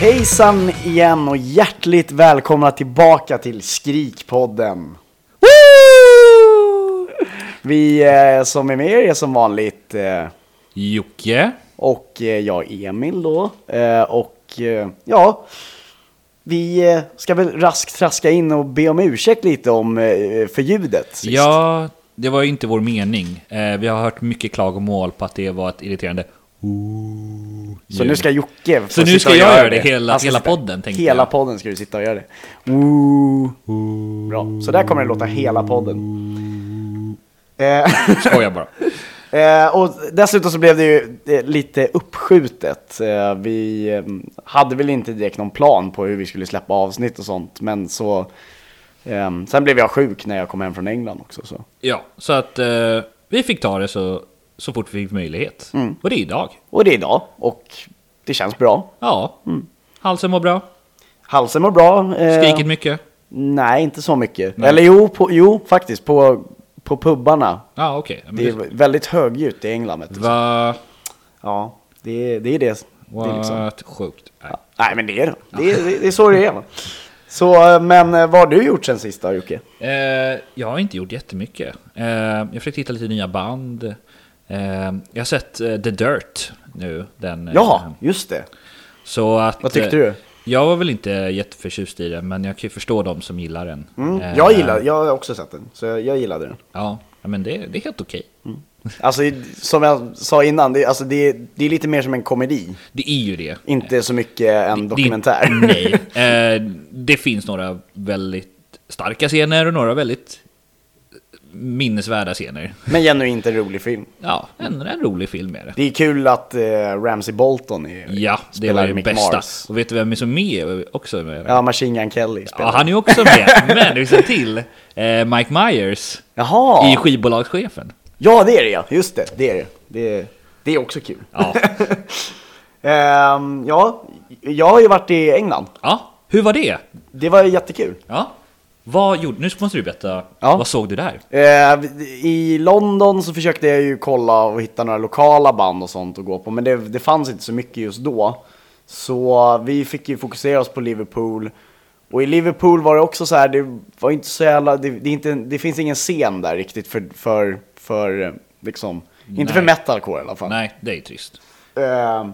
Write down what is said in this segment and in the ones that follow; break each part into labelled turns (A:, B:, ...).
A: Hejsan igen och hjärtligt välkomna tillbaka till Skrikpodden. Vi eh, som är med er är som vanligt eh,
B: Jocke.
A: och eh, jag Emil då. Eh, och eh, ja, vi eh, ska väl raskt traska in och be om ursäkt lite om eh, för ljudet. sist.
B: Ja, det var ju inte vår mening. Eh, vi har hört mycket klagomål på att det var ett irriterande "Ooh"
A: Så
B: ljud.
A: nu ska Jocke få
B: Så nu
A: sitta
B: ska
A: och
B: jag
A: göra
B: göra det hela-
A: Han ska
B: hela
A: sitta-
B: podden, tänkte
A: Hela
B: jag.
A: podden ska du sitta och göra det. Ooh. Bra, så där kommer det låta hela podden. Eh,
B: Skojar bara.
A: Eh, och dessutom så blev det ju eh, lite uppskjutet. Eh, vi eh, hade väl inte direkt någon plan på hur vi skulle släppa avsnitt och sånt, men så... ehm, sen blev jag sjuk när jag kom hem från England också. Så.
B: Ja, så att eh, vi fick ta det så, så fort vi fick möjlighet.
A: Mm.
B: Och det är idag.
A: Och det är idag, och det känns bra.
B: Ja, halsen mår bra,
A: Halsen mår bra. Mm. eh,
B: skrikit mycket.
A: Nej, inte så mycket. Eller jo, på, jo faktiskt, på, på pubbarna.
B: Ja, okej. Men
A: Det är
B: det-
A: väldigt högljutt i England. Vet du.
B: Va,
A: Ja, det är det. Är det. det är liksom.
B: what? Sjukt. Nej.
A: Nej men det är det. Det är, det är- det är så det är. va? Så, eh, men eh, vad har du gjort sen sist då Jocke?
B: Eh, jag har inte gjort jättemycket. Eh, jag försökte hitta lite nya band. Eh, jag har sett eh, The Dirt nu. Den, eh,
A: Ja, just det.
B: så att,
A: Vad tyckte
B: eh,
A: du?
B: Jag var väl inte jätteförtjust i den, men jag kan ju förstå de som gillar den.
A: Mm.
B: Eh,
A: Jag gillar, jag har också sett den, så jag, jag gillade den.
B: Ja, ja, men det, det är helt okej.
A: Alltså i- som jag sa innan, det, alltså, det, det är lite mer som en komedi.
B: Det är ju det.
A: Inte så mycket en dokumentär.
B: Det, nej, eh, det finns några väldigt starka scener och några väldigt minnesvärda scener.
A: men genuint en rolig film.
B: Ja, en, en rolig film är det.
A: Det är kul att eh, Ramsey Bolton är,
B: Ja, det
A: spelar
B: var det
A: Mick
B: bästa.
A: Mars.
B: Och vet du vem som är också med?
A: Ja, Machine Gun Kelly spelar.
B: Ja, han är ju också med, men vi ser till eh, Mike Myers
A: Jaha!
B: i skivbolagschefen.
A: Ja, det är det ja. Just det, det är det. Det, det är också kul.
B: Ja.
A: Ehm, ja, jag har ju varit i England.
B: ja, hur var det?
A: Det var jättekul.
B: Ja. Vad gjorde, nu måste du berätta,
A: Ja.
B: vad såg du där?
A: Eh, I London så försökte jag ju kolla och hitta några lokala band och sånt att gå på, men det, det fanns inte så mycket just då. Så vi fick ju fokusera oss på Liverpool. Och i Liverpool var det också så här, det var inte så jävla, det, det, är inte, det finns ingen scen där riktigt för, för, för eh, liksom, inte för
B: Nej.
A: metalcore i alla fall.
B: Nej, det är trist.
A: Eh,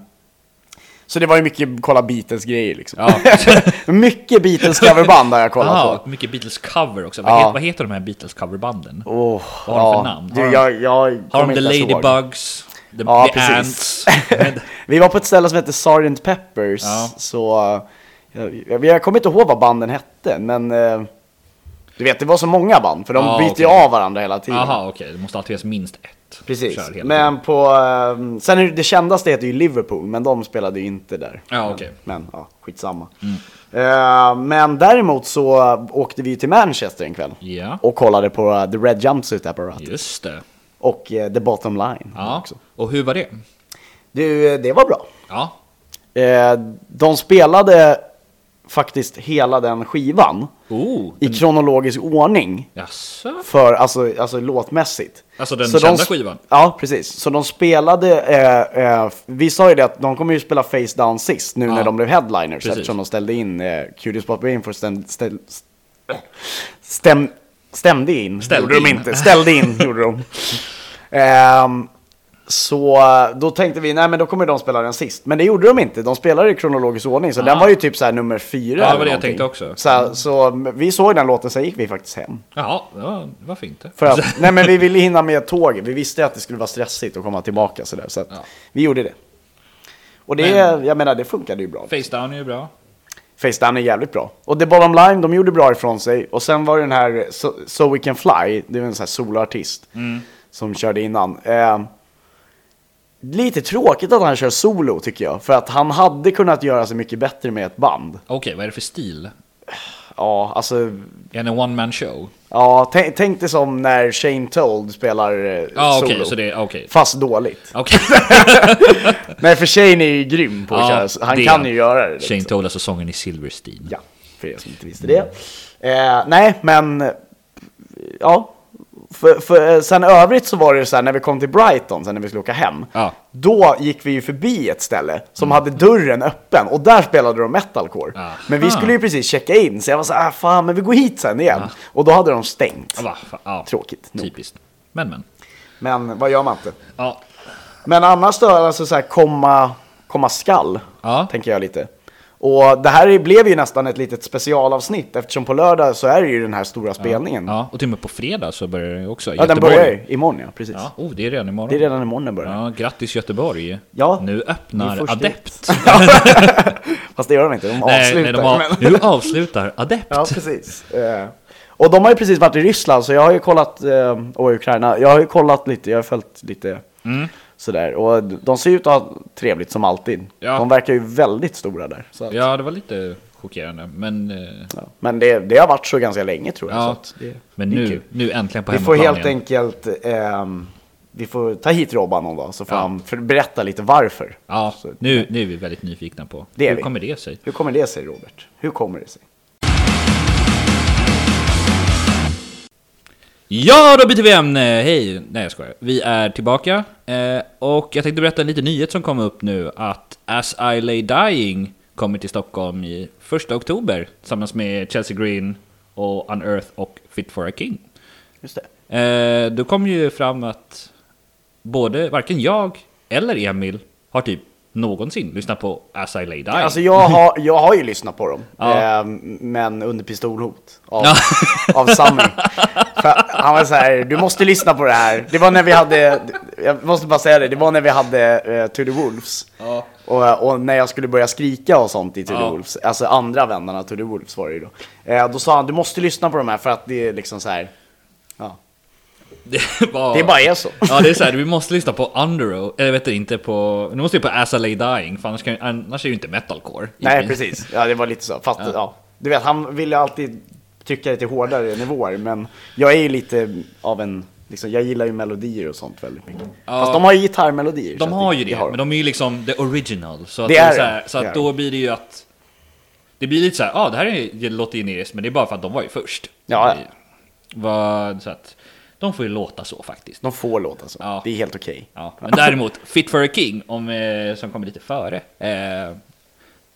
A: så det var ju mycket kolla Beatles-grejer liksom.
B: Ja.
A: mycket Beatles coverband har jag kollat på.
B: Aha, mycket Beatles cover också. Vad,
A: Ja.
B: heter, vad heter de här Beatles coverbanden?
A: Oh,
B: Vad har de för namn? Har
A: Du,
B: de-
A: jag, jag
B: Har de
A: kommer
B: The
A: inte ens ihåg.
B: Ladybugs? The,
A: Ja,
B: the
A: precis.
B: Ants?
A: Vi var på ett ställe som hette Sgt. Peppers,
B: Ja.
A: så eh, jag, jag, jag kommer inte ihåg vad banden hette, men eh, du vet, det var så många band, för de
B: Ja,
A: byter ju
B: okej.
A: av varandra hela tiden.
B: Jaha, okej. Det måste alltid finnas minst ett.
A: Precis,
B: Kör hela tiden.
A: men på... eh, sen är det, det kändaste heter ju Liverpool, men de spelade ju inte där.
B: Ja, okej. Mm.
A: Men ja, skitsamma. Eh, men däremot så åkte vi ju till Manchester en kväll
B: Ja.
A: och kollade på eh, The Red Jumpsuit Apparatus
B: Just det.
A: och eh, The Bottom Line
B: Ja.
A: också.
B: Och hur var det?
A: Du, eh, det var bra.
B: Ja.
A: Eh, de spelade faktiskt hela den skivan
B: Oh,
A: i kronologisk ordning.
B: jaså?
A: För, alltså, alltså låtmässigt.
B: Alltså den
A: de
B: kända
A: sp-
B: skivan?
A: Ja, precis. Så de spelade, eh, eh, f- vi sa ju det att de kommer ju spela Face Down sist nu
B: Ja.
A: när de blev headliners
B: Precis.
A: eftersom de ställde in eh, Curious Pop Brain för stäm, stäm, stäm, stämde in.
B: Ställde
A: gjorde de
B: in.
A: inte. Ställde in gjorde de. Ehm, så eh, då tänkte vi, nej men då kommer de spela den sist. Men det gjorde de inte, de spelade i kronologisk ordning. Så den var ju typ så här nummer fyra
B: Ah. Ja, det
A: eller
B: var det jag
A: någonting.
B: tänkte också.
A: Så, här- så mm, vi såg den låten, sen gick vi faktiskt hem.
B: Ja, det var- varför inte?
A: För att, nej men vi ville hinna med tåget, vi visste att det skulle vara stressigt att komma tillbaka sådär. Så att
B: Ja.
A: vi gjorde det. Och det,
B: Men-
A: jag menar det funkade ju bra.
B: Face down är ju bra.
A: Facedown är jävligt bra. Och The Bottom Line, de gjorde bra ifrån sig. Och sen var det den här So, so We Can Fly, det var en sån här soloartist
B: Mm.
A: som körde innan. Eh, lite tråkigt att han kör solo tycker jag, för att han hade kunnat göra sig mycket bättre med ett band.
B: Okej, vad är det för stil?
A: ja, alltså,
B: En one man show?
A: ja, tänk, tänk det som när Shane Told spelar eh,
B: Ja, ah, okej,
A: solo.
B: så det är okej.
A: Fast dåligt.
B: Okej,
A: Nej, för Shane är ju grym på att
B: Ja,
A: köra, han
B: det är
A: kan
B: han.
A: ju göra det. liksom.
B: Shane Toll, alltså sången i Silverstein.
A: Ja, för er som inte visste det. Eh, nej, men eh, ja. För, för, eh, sen övrigt så var det ju så här när vi kom till Brighton, sen när vi skulle åka hem.
B: Ja. Mm.
A: Då gick vi ju förbi ett ställe som hade dörren öppen och där spelade de metalcore.
B: Aha.
A: Men vi skulle ju precis checka in så jag var så här, ah, fan men vi går hit sen igen. Och då hade de stängt.
B: Ah, va, fa- ja. Typ.
A: Tråkigt nog.
B: Typiskt. Men men.
A: Men vad gör man inte?
B: Ja.
A: Men annars då, alltså så här komma, komma skall,
B: Ja.
A: tänker jag lite. Och det här blev ju nästan ett litet specialavsnitt eftersom på lördag så är det ju den här stora spelningen. Ja,
B: ja, och till och med på fredag så börjar det också.
A: den börjar ju imorgon ja, precis.
B: Ja, oh, det är redan imorgon.
A: Det är redan imorgon den börjar.
B: Ja, grattis Göteborg!
A: Ja.
B: Nu
A: Ni är
B: öppnar
A: först
B: Adept!
A: Fast det gör de inte, de
B: Nej,
A: avslutar.
B: nej, de har,
A: Men-
B: nu avslutar Adept!
A: Ja, precis. Eh, Och de har ju precis varit i Ryssland, så jag har ju kollat, eh, och i Ukraina, jag har ju kollat lite, jag har följt lite
B: Mm.
A: sådär. Och de ser ju ut att ha trevligt som alltid.
B: Ja.
A: De verkar ju väldigt stora där. Så att,
B: Ja, det var lite chockerande, men, eh,
A: ja. Men det, det har varit så ganska länge tror jag. Så
B: ja,
A: att det,
B: men
A: det är
B: nu,
A: kul.
B: nu äntligen på
A: Vi får
B: hemmaplan
A: helt
B: igen.
A: enkelt, ehm, vi får ta hit Robban någon dag så får
B: Ja.
A: han för, berätta lite varför.
B: Ja,
A: Så-
B: nu, nu är vi väldigt nyfikna på
A: Det är
B: hur
A: vi.
B: kommer det sig?
A: Hur kommer det sig Robert? Hur kommer det sig?
B: Ja, då byter vi ämne! Hej! Nej, jag skojar. Vi är tillbaka. Eh, och jag tänkte berätta en liten nyhet som kom upp nu. Att As I Lay Dying kommer till Stockholm i 1 oktober. Tillsammans med Chelsea Green och Unearth och Fit for a King.
A: Just det.
B: Eh, då kom ju fram att både varken jag eller Emil har typ någonsin lyssnat på As I Lay Dying.
A: Alltså jag har, jag har ju lyssnat på dem,
B: Ja.
A: ehm, men under pistolhot av, av Sammy. För han var så här, du måste lyssna på det här. Det var när vi hade, jag måste bara säga det, det var när vi hade eh, To the Wolves.
B: Ja.
A: Och, och när jag skulle börja skrika och sånt i To the
B: Ja.
A: Wolves, alltså andra vännerna To the Wolves var det ju då. Eh, då sa han, du måste lyssna på de här för att det är liksom så här, ja.
B: det, var...
A: Det bara är så.
B: Ja det är såhär, vi måste lyssna på Undero, eller vet du, inte på... Nu måste vi på As I Lay Dying, för annars, kan, annars är det ju inte metalcore.
A: Nej precis, ja det var lite så. Fast ja. du vet han ville alltid tycka lite hårdare nivåer men jag är ju lite av en, liksom, jag gillar ju melodier och sånt väldigt mycket. Fast de har ju gitarrmelodier. så
B: De
A: att
B: har ju det,
A: har
B: men de är ju liksom the original. Så, att
A: Det
B: det är
A: är
B: så, här,
A: det,
B: så
A: det
B: att
A: är
B: då blir det ju att... Det blir lite så här, ja ah, det här är, det låter generiskt, men det är bara för att de var ju först.
A: Ja, ja.
B: Det var, så att, de får ju låta så faktiskt.
A: De får låta så,
B: Ja.
A: det är helt okej.
B: Ja, men däremot, Fit for a King, om, eh, som kommer lite före. Eh,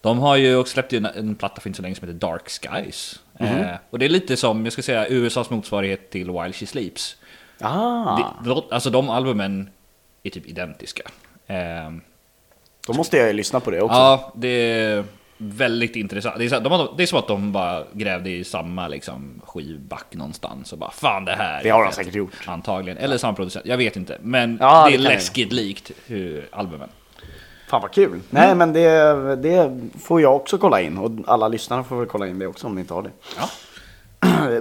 B: de har ju också släppt ju en, en platta för inte så länge som heter Dark Skies. Eh,
A: Mhm.
B: och det är lite som, jag ska säga, USAs motsvarighet till While She Sleeps.
A: Ah,
B: Det, låt- alltså de albumen är typ identiska. Eh,
A: då måste jag ju lyssna på det också.
B: ja, det är väldigt intressant. Det är, så här, de har, det är som att de bara grävde i samma liksom, skivback någonstans och bara fan det här.
A: Det har de
B: är fett."
A: säkert gjort.
B: Antagligen, eller samma producent, jag vet inte. Men
A: Ja,
B: det är
A: det kan det.
B: läskigt likt hur albumen.
A: Fan vad kul. Nej
B: Mm.
A: men det, det får jag också kolla in och alla lyssnare får väl kolla in det också om ni inte har det.
B: Ja.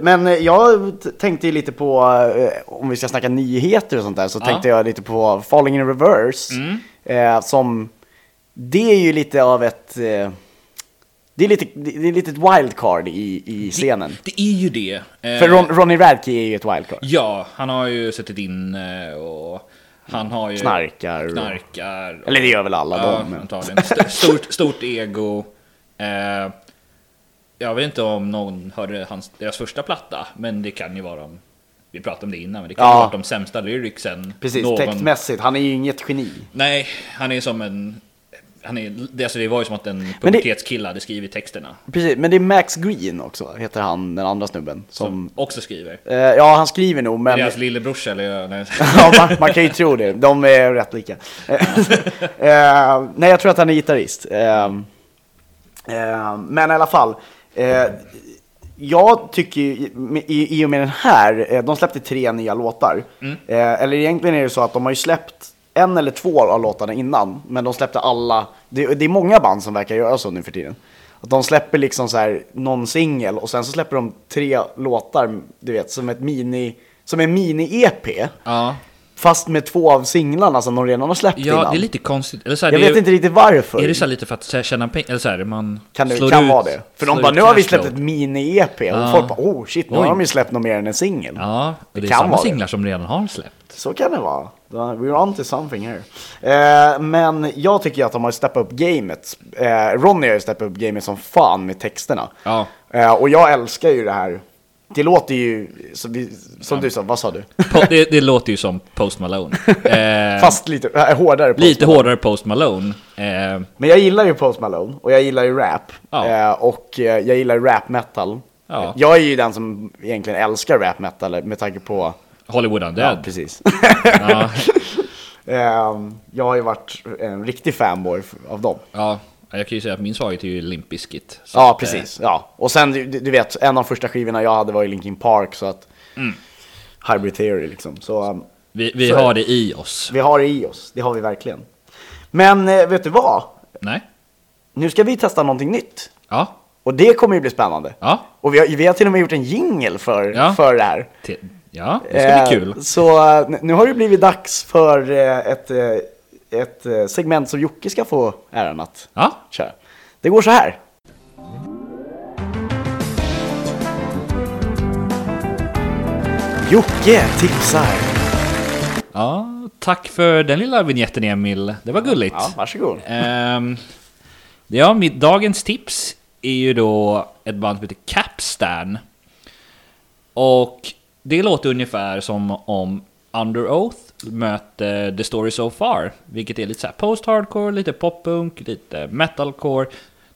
A: Men eh, jag t- tänkte ju lite på, eh, om vi ska snacka nyheter och sånt där, så
B: Ja. Mm.
A: tänkte jag lite på Falling in Reverse. Eh, som, det är ju lite av ett, eh, det är lite, det är lite ett wildcard i, i scenen.
B: Det är ju det. Eh,
A: För Ron, Ronny Radke är ju ett wildcard.
B: Ja, han har ju suttit inne och han har ju...
A: Knarkar och-
B: Knarkar. och-
A: Eller det gör väl alla
B: ja,
A: de. Men.
B: antagligen. St- Stort, stort ego. Eh, jag vet inte om någon hörde hans, deras första platta, men det kan ju vara om... Vi pratade om det innan, men det kan ju
A: Ja.
B: vara de sämsta lyricsen.
A: Precis,
B: någon-
A: textmässigt, han är ju inget geni.
B: Nej, han är som en... Han är, det- alltså det var ju som att en
A: det-
B: pubertetskille hade skrivit texterna.
A: Precis, men det är Max Green också, heter han, den andra snubben. Som,
B: Som också skriver.
A: eh, ja, han skriver nog, men...
B: Deras lillebrorsa eller... Nej.
A: ja, man, man kan ju tro det. De är rätt lika. Eh, nej, jag tror att han är gitarrist. Eh, eh, men i alla fall. eh, jag tycker ju, i- i, i och med den här, eh, de släppte tre nya låtar. Eh, eller egentligen är det så att de har ju släppt en eller två av låtarna innan, men de släppte alla. Det, det är många band som verkar göra så nu för tiden. Att de släpper liksom så här någon singel och sen så släpper de tre låtar, du vet, som ett mini, som en mini-EP.
B: ja.
A: Fast med två av singlarna som de redan har släppt
B: Ja,
A: innan.
B: det är lite konstigt. Eller så här,
A: jag
B: det är
A: vet
B: ju,
A: inte riktigt varför.
B: Är det så här lite för att så här, tjäna pengar? Eller så här, man
A: kan det
B: slår
A: kan
B: ut,
A: vara det. För de
B: slår
A: bara,
B: ut
A: nu har vi
B: cash
A: släppt
B: flow.
A: ett mini-EP. Och
B: Ja.
A: folk bara, oh shit, nu
B: Oj.
A: har de ju släppt något mer än en singel.
B: Ja, och det,
A: Det
B: är
A: kan
B: samma
A: vara det.
B: singlar som redan har släppt.
A: Så kan det vara. We're on to something here. Eh, men jag tycker ju att de har steppat upp gamet. Eh, Ronny har ju steppat upp gamet som fan med texterna.
B: Ja.
A: Eh, och jag älskar ju det här. Det låter ju, som, vi, som du sa, vad sa du?
B: Po- det, det låter ju som Post Malone. Eh,
A: Fast lite äh, hårdare. Post
B: lite
A: Malone.
B: hårdare Post Malone. Eh,
A: Men jag gillar ju Post Malone och jag gillar ju rap.
B: Ja.
A: Eh, och eh, jag gillar rap metal.
B: Ja.
A: Jag är ju den som egentligen älskar rap metal med tanke på...
B: Hollywood
A: Ja,
B: Undead.
A: precis.
B: Ja,
A: eh, jag har ju varit en riktig fanboy f- av dem.
B: ja. Jag kan ju säga att min svaghet är ju Limp Bizkit. Så
A: Ja,
B: att, eh,
A: precis. Ja. Och sen, du, du vet, en av första skivorna jag hade var ju Linkin Park, så att... Hybrid Theory liksom. Så um,
B: Mm. Vi, vi
A: Så är
B: har det i oss.
A: vi har det i oss, det har vi verkligen. Men eh, vet du vad?
B: Nej?
A: Nu ska vi testa någonting nytt.
B: Ja.
A: Och det kommer ju bli spännande.
B: Ja.
A: Och vi har, vi har till och med gjort en jingle för,
B: Ja.
A: för det här.
B: Te- Ja, det ska bli kul.
A: Eh, Så eh, nu har det blivit dags för eh, ett, eh, ett eh, segment som Jocke ska få äran att
B: Ja.
A: köra. Det går så här. Jocke tipsar.
B: ja. Tack för den lilla vignetten Emil. Det var gulligt.
A: Ja, varsågod.
B: Ehm, ja, mitt, dagens tips är ju då ett band som heter Capstan. Och det låter ungefär som om Under Oath möter The Story So Far. Vilket är lite så här post-hardcore, lite poppunk, lite metalcore.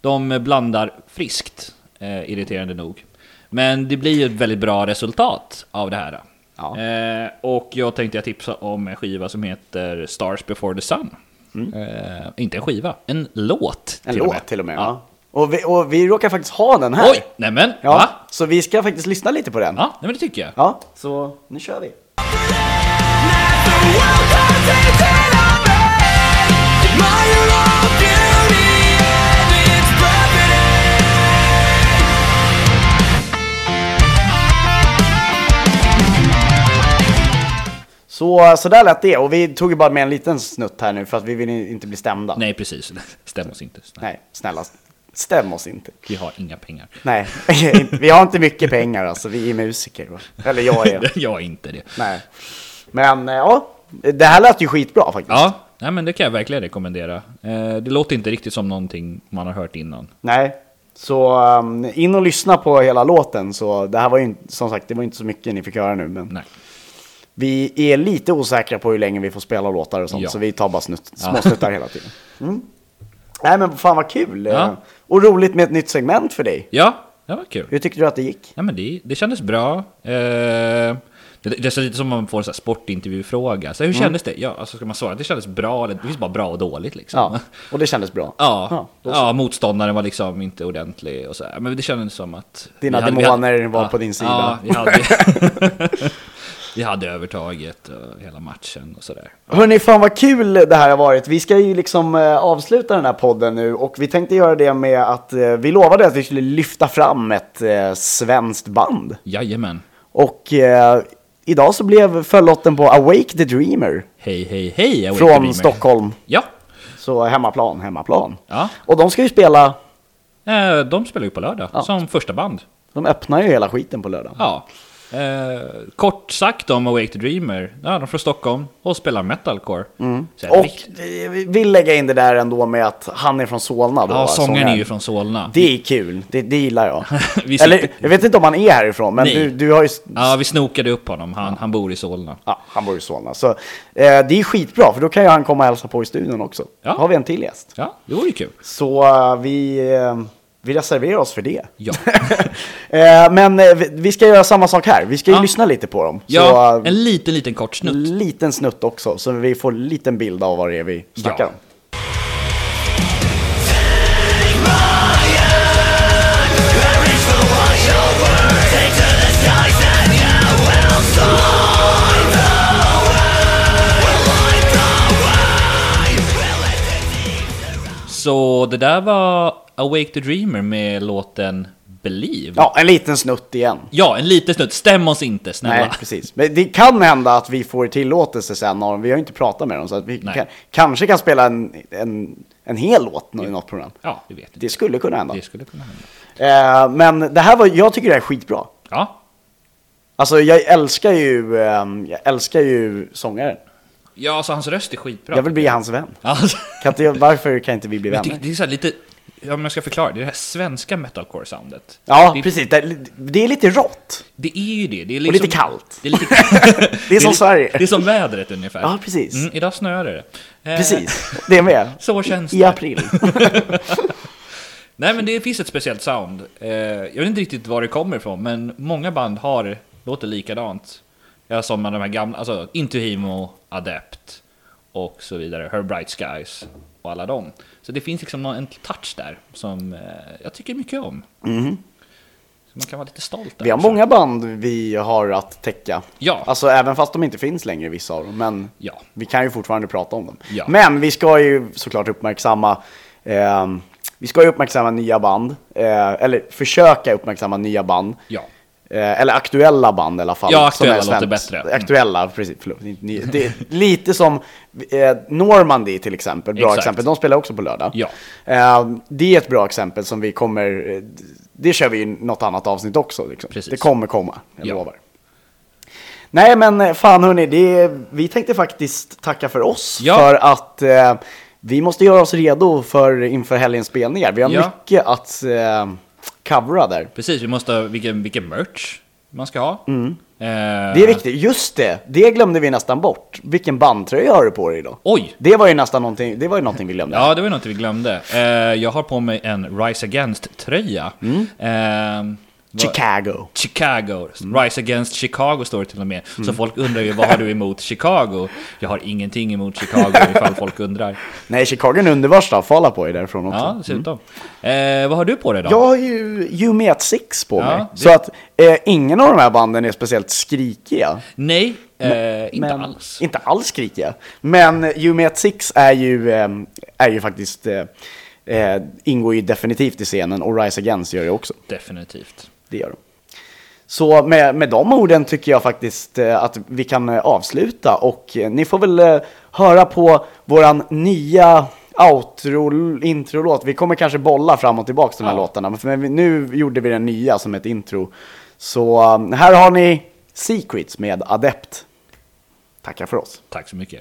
B: De blandar friskt, eh, irriterande nog. Men det blir ju ett väldigt bra resultat av det här.
A: Ja.
B: Eh, och jag tänkte jag tipsa om en skiva som heter Stars Before the Sun. Eh, inte en skiva, en låt.
A: Mm. En låt till och med. Ja. Och, vi, och vi råkar faktiskt ha den här.
B: Oj, nämen, ja. va?
A: Ja, så vi ska faktiskt lyssna lite på den.
B: Ja, nej, men det tycker jag.
A: Ja, så nu kör vi. Så, så där lät det. Och vi tog ju bara med en liten snutt här nu för att vi vill inte bli stämda.
B: Nej, precis. Stäm oss inte. Nej.
A: Nej, snälla. Stäm oss inte.
B: Vi har inga pengar.
A: Nej, vi har inte mycket pengar alltså. Vi är musiker. va? Eller jag är.
B: jag är inte det.
A: Nej. Men eh, ja, det här lät ju skitbra faktiskt.
B: Ja, nej, men det kan jag verkligen rekommendera. Eh, det låter inte riktigt som någonting man har hört innan.
A: Nej. Så um, in och lyssna på hela låten. Så det här var ju inte- som sagt, det var inte så mycket ni fick höra nu. Men
B: Nej.
A: vi är lite osäkra på hur länge vi får spela låtar och sånt.
B: Ja.
A: Så vi tar bara snutt,
B: Ja.
A: små snuttar hela tiden. Mm. Nej men fan vad kul.
B: Ja.
A: eh, Och roligt med ett nytt segment för dig.
B: Ja, det var kul.
A: Hur tyckte du att det gick?
B: Ja, men det, det kändes bra. Eh, det, det är lite som om man får en sån här sportintervjufråga. Så här, hur
A: Mm.
B: kändes det? Ja, alltså ska man svara att det kändes bra? Eller, det finns bara bra och dåligt liksom.
A: Ja, och det kändes bra.
B: Ja, ja,
A: då-
B: motståndaren var liksom inte ordentlig och så här. Men det kändes som att...
A: Dina
B: vi hade-
A: demoner
B: vi hade-
A: var
B: ja,
A: på din sida.
B: Ja, vi hade, vi hade övertaget och hela matchen och sådär.
A: Hörni, fan vad kul det här har varit. Vi ska ju liksom eh, avsluta den här podden nu och vi tänkte göra det med att eh, vi lovade att vi skulle lyfta fram ett eh, svenskt band.
B: Jajamän.
A: Och eh, idag så blev föllotten på Awake the Dreamer
B: Hej, hej, hej! Awake
A: från
B: the Dreamer.
A: Stockholm.
B: Ja.
A: Så hemmaplan, hemmaplan.
B: ja.
A: Och de ska ju spela,
B: Eh, De spelar ju på lördag, som första band.
A: de öppnar ju hela skiten på lördag.
B: Ja. Eh, kort sagt om Awake the Dreamer. Ja, de är från Stockholm och spelar metalcore. Så här,
A: Mm. Och
B: rikt-
A: eh, vi vill lägga in det där ändå med att han är från Solna då.
B: Ja,
A: va?
B: sångaren är
A: Sångaren.
B: ju från Solna.
A: Det är kul, det, det gillar jag.
B: Vi sitter-
A: Eller, jag vet inte om han är härifrån, men
B: Nej.
A: du, du har ju
B: Ja, vi snokade upp honom. Han, han bor i Solna.
A: Ja, han bor i Solna. Så eh, det är skitbra, för då kan ju han komma och hälsa på i studion också.
B: Ja.
A: Då har vi en till gäst.
B: Ja, det vore ju kul.
A: Så eh, vi, eh, vi reserverar oss för det.
B: Ja.
A: eh, men eh, vi- vi ska göra samma sak här. Vi ska ju
B: Ja.
A: lyssna lite på dem. så,
B: Ja,
A: eh,
B: en liten, liten kort snutt.
A: liten snutt också, så vi får en liten bild av vad det är vi snackar
B: Ja.
A: om.
B: Så det där var Awake the Dreamer med låten Believe? Ja,
A: Ja, en liten snutt igen.
B: en liten snutt. Stäm oss inte, snälla.
A: Nej, precis. Men det kan hända att vi får tillåtelse sen av dem. Vi har ju inte pratat med dem, så att vi
B: Nej.
A: kan, kanske kan spela en, en, en hel låt i något program.
B: Ja, vi vet inte.
A: Det skulle kunna hända.
B: Det skulle kunna hända.
A: Eh, men det här var, jag tycker det här är skitbra.
B: Ja,
A: Alltså jag älskar ju, ehm, jag älskar ju sångaren.
B: ja alltså hans röst är skitbra.
A: Jag vill bli hans vän.
B: Alltså,
A: Kan inte, jag- varför kan inte vi bli
B: jag tycker
A: vänner?
B: det är så här lite... Ja, men jag ska förklara. Det är det här svenska metalcore-soundet.
A: Ja,
B: det,
A: precis. Det, det är lite rått.
B: Det är ju det. det är liksom,
A: Och lite kallt.
B: Det är, lite,
A: Det är som
B: li-
A: Sverige.
B: Det är som vädret ungefär.
A: Ja, precis.
B: Mm, idag snöar det. Eh,
A: Precis, det är med.
B: Så känns
A: I
B: det.
A: april.
B: Nej, men det finns ett speciellt sound. Eh, jag vet inte riktigt var det kommer ifrån, men många band har låter likadant. Ja, som de här gamla, alltså Intuhimo, Adept och så vidare. Her Bright Skies och alla dem. Så det finns liksom någon, en touch där som eh, jag tycker mycket om. Så man kan vara lite stolt.
A: Mhm.
B: där
A: Vi har
B: också.
A: många band vi har att täcka.
B: Ja.
A: Alltså även fast de inte finns längre vissa av dem. Men
B: Ja.
A: vi kan ju fortfarande prata om dem.
B: Ja.
A: Men vi ska ju såklart uppmärksamma ehm, vi ska ju uppmärksamma nya band, eh, eller försöka uppmärksamma nya band.
B: Ja.
A: Eh, eller aktuella band i alla fall.
B: Ja,
A: som
B: aktuella
A: är
B: låter
A: svenskt.
B: bättre. Mm.
A: Aktuella, precis. Förlåt, inte nya. Det är lite som eh, Normandy till exempel, bra
B: Exakt.
A: exempel. De spelar också på lördag.
B: Ja.
A: Eh, det är ett bra exempel som vi kommer, eh, det kör vi i något annat avsnitt också. Liksom.
B: Precis.
A: Det kommer komma, jag
B: Ja.
A: lovar. Nej men eh, fan hörni, det, vi tänkte faktiskt tacka för oss
B: Ja.
A: för att eh, vi måste göra oss redo för inför helgens spelningar. Vi har
B: Ja.
A: mycket att eh, covera där.
B: Precis, vi måste ha vilken, vilken merch man ska ha. Eh,
A: Mm. Det är viktigt, just det! Det glömde vi nästan bort. Vilken bandtröja har du på dig idag?
B: Oj!
A: Det var ju nästan någonting, det var ju någonting vi glömde.
B: Ja, det var ju något vi glömde. Eh, jag har på mig en Rise Against-tröja.
A: Mm.
B: Eh, vad-
A: Chicago.
B: Chicago.
A: Mm.
B: Rise Against Chicago står det till och med. Så folk undrar ju vad har du emot Chicago? Jag har ingenting emot Chicago ifall folk undrar.
A: Nej, Chicago är en underbar stad, får alla på dig därifrån också.
B: Ja, dessutom. Eh, vad har du på dig då?
A: Jag har ju You Me At Six på
B: Ja,
A: mig.
B: det-
A: Så att eh, ingen av de här banden är speciellt skrikiga.
B: Nej, eh, inte
A: Men-
B: alls.
A: Inte alls skrikiga. Men You Me At Six är ju, eh, är ju faktiskt, eh, eh, ingår ju definitivt i scenen och Rise Against gör det också.
B: Definitivt.
A: Det gör de. Så med, med de orden tycker jag faktiskt eh, att vi kan eh, avsluta och eh, ni får väl eh, höra på våran nya outro, introlåt. Vi kommer kanske bolla fram och tillbaka de här
B: Ja.
A: låtarna, men för- men vi- nu gjorde vi den nya som ett intro. Så eh, här har ni Secrets med Adept. Tackar för oss.
B: Tack så mycket.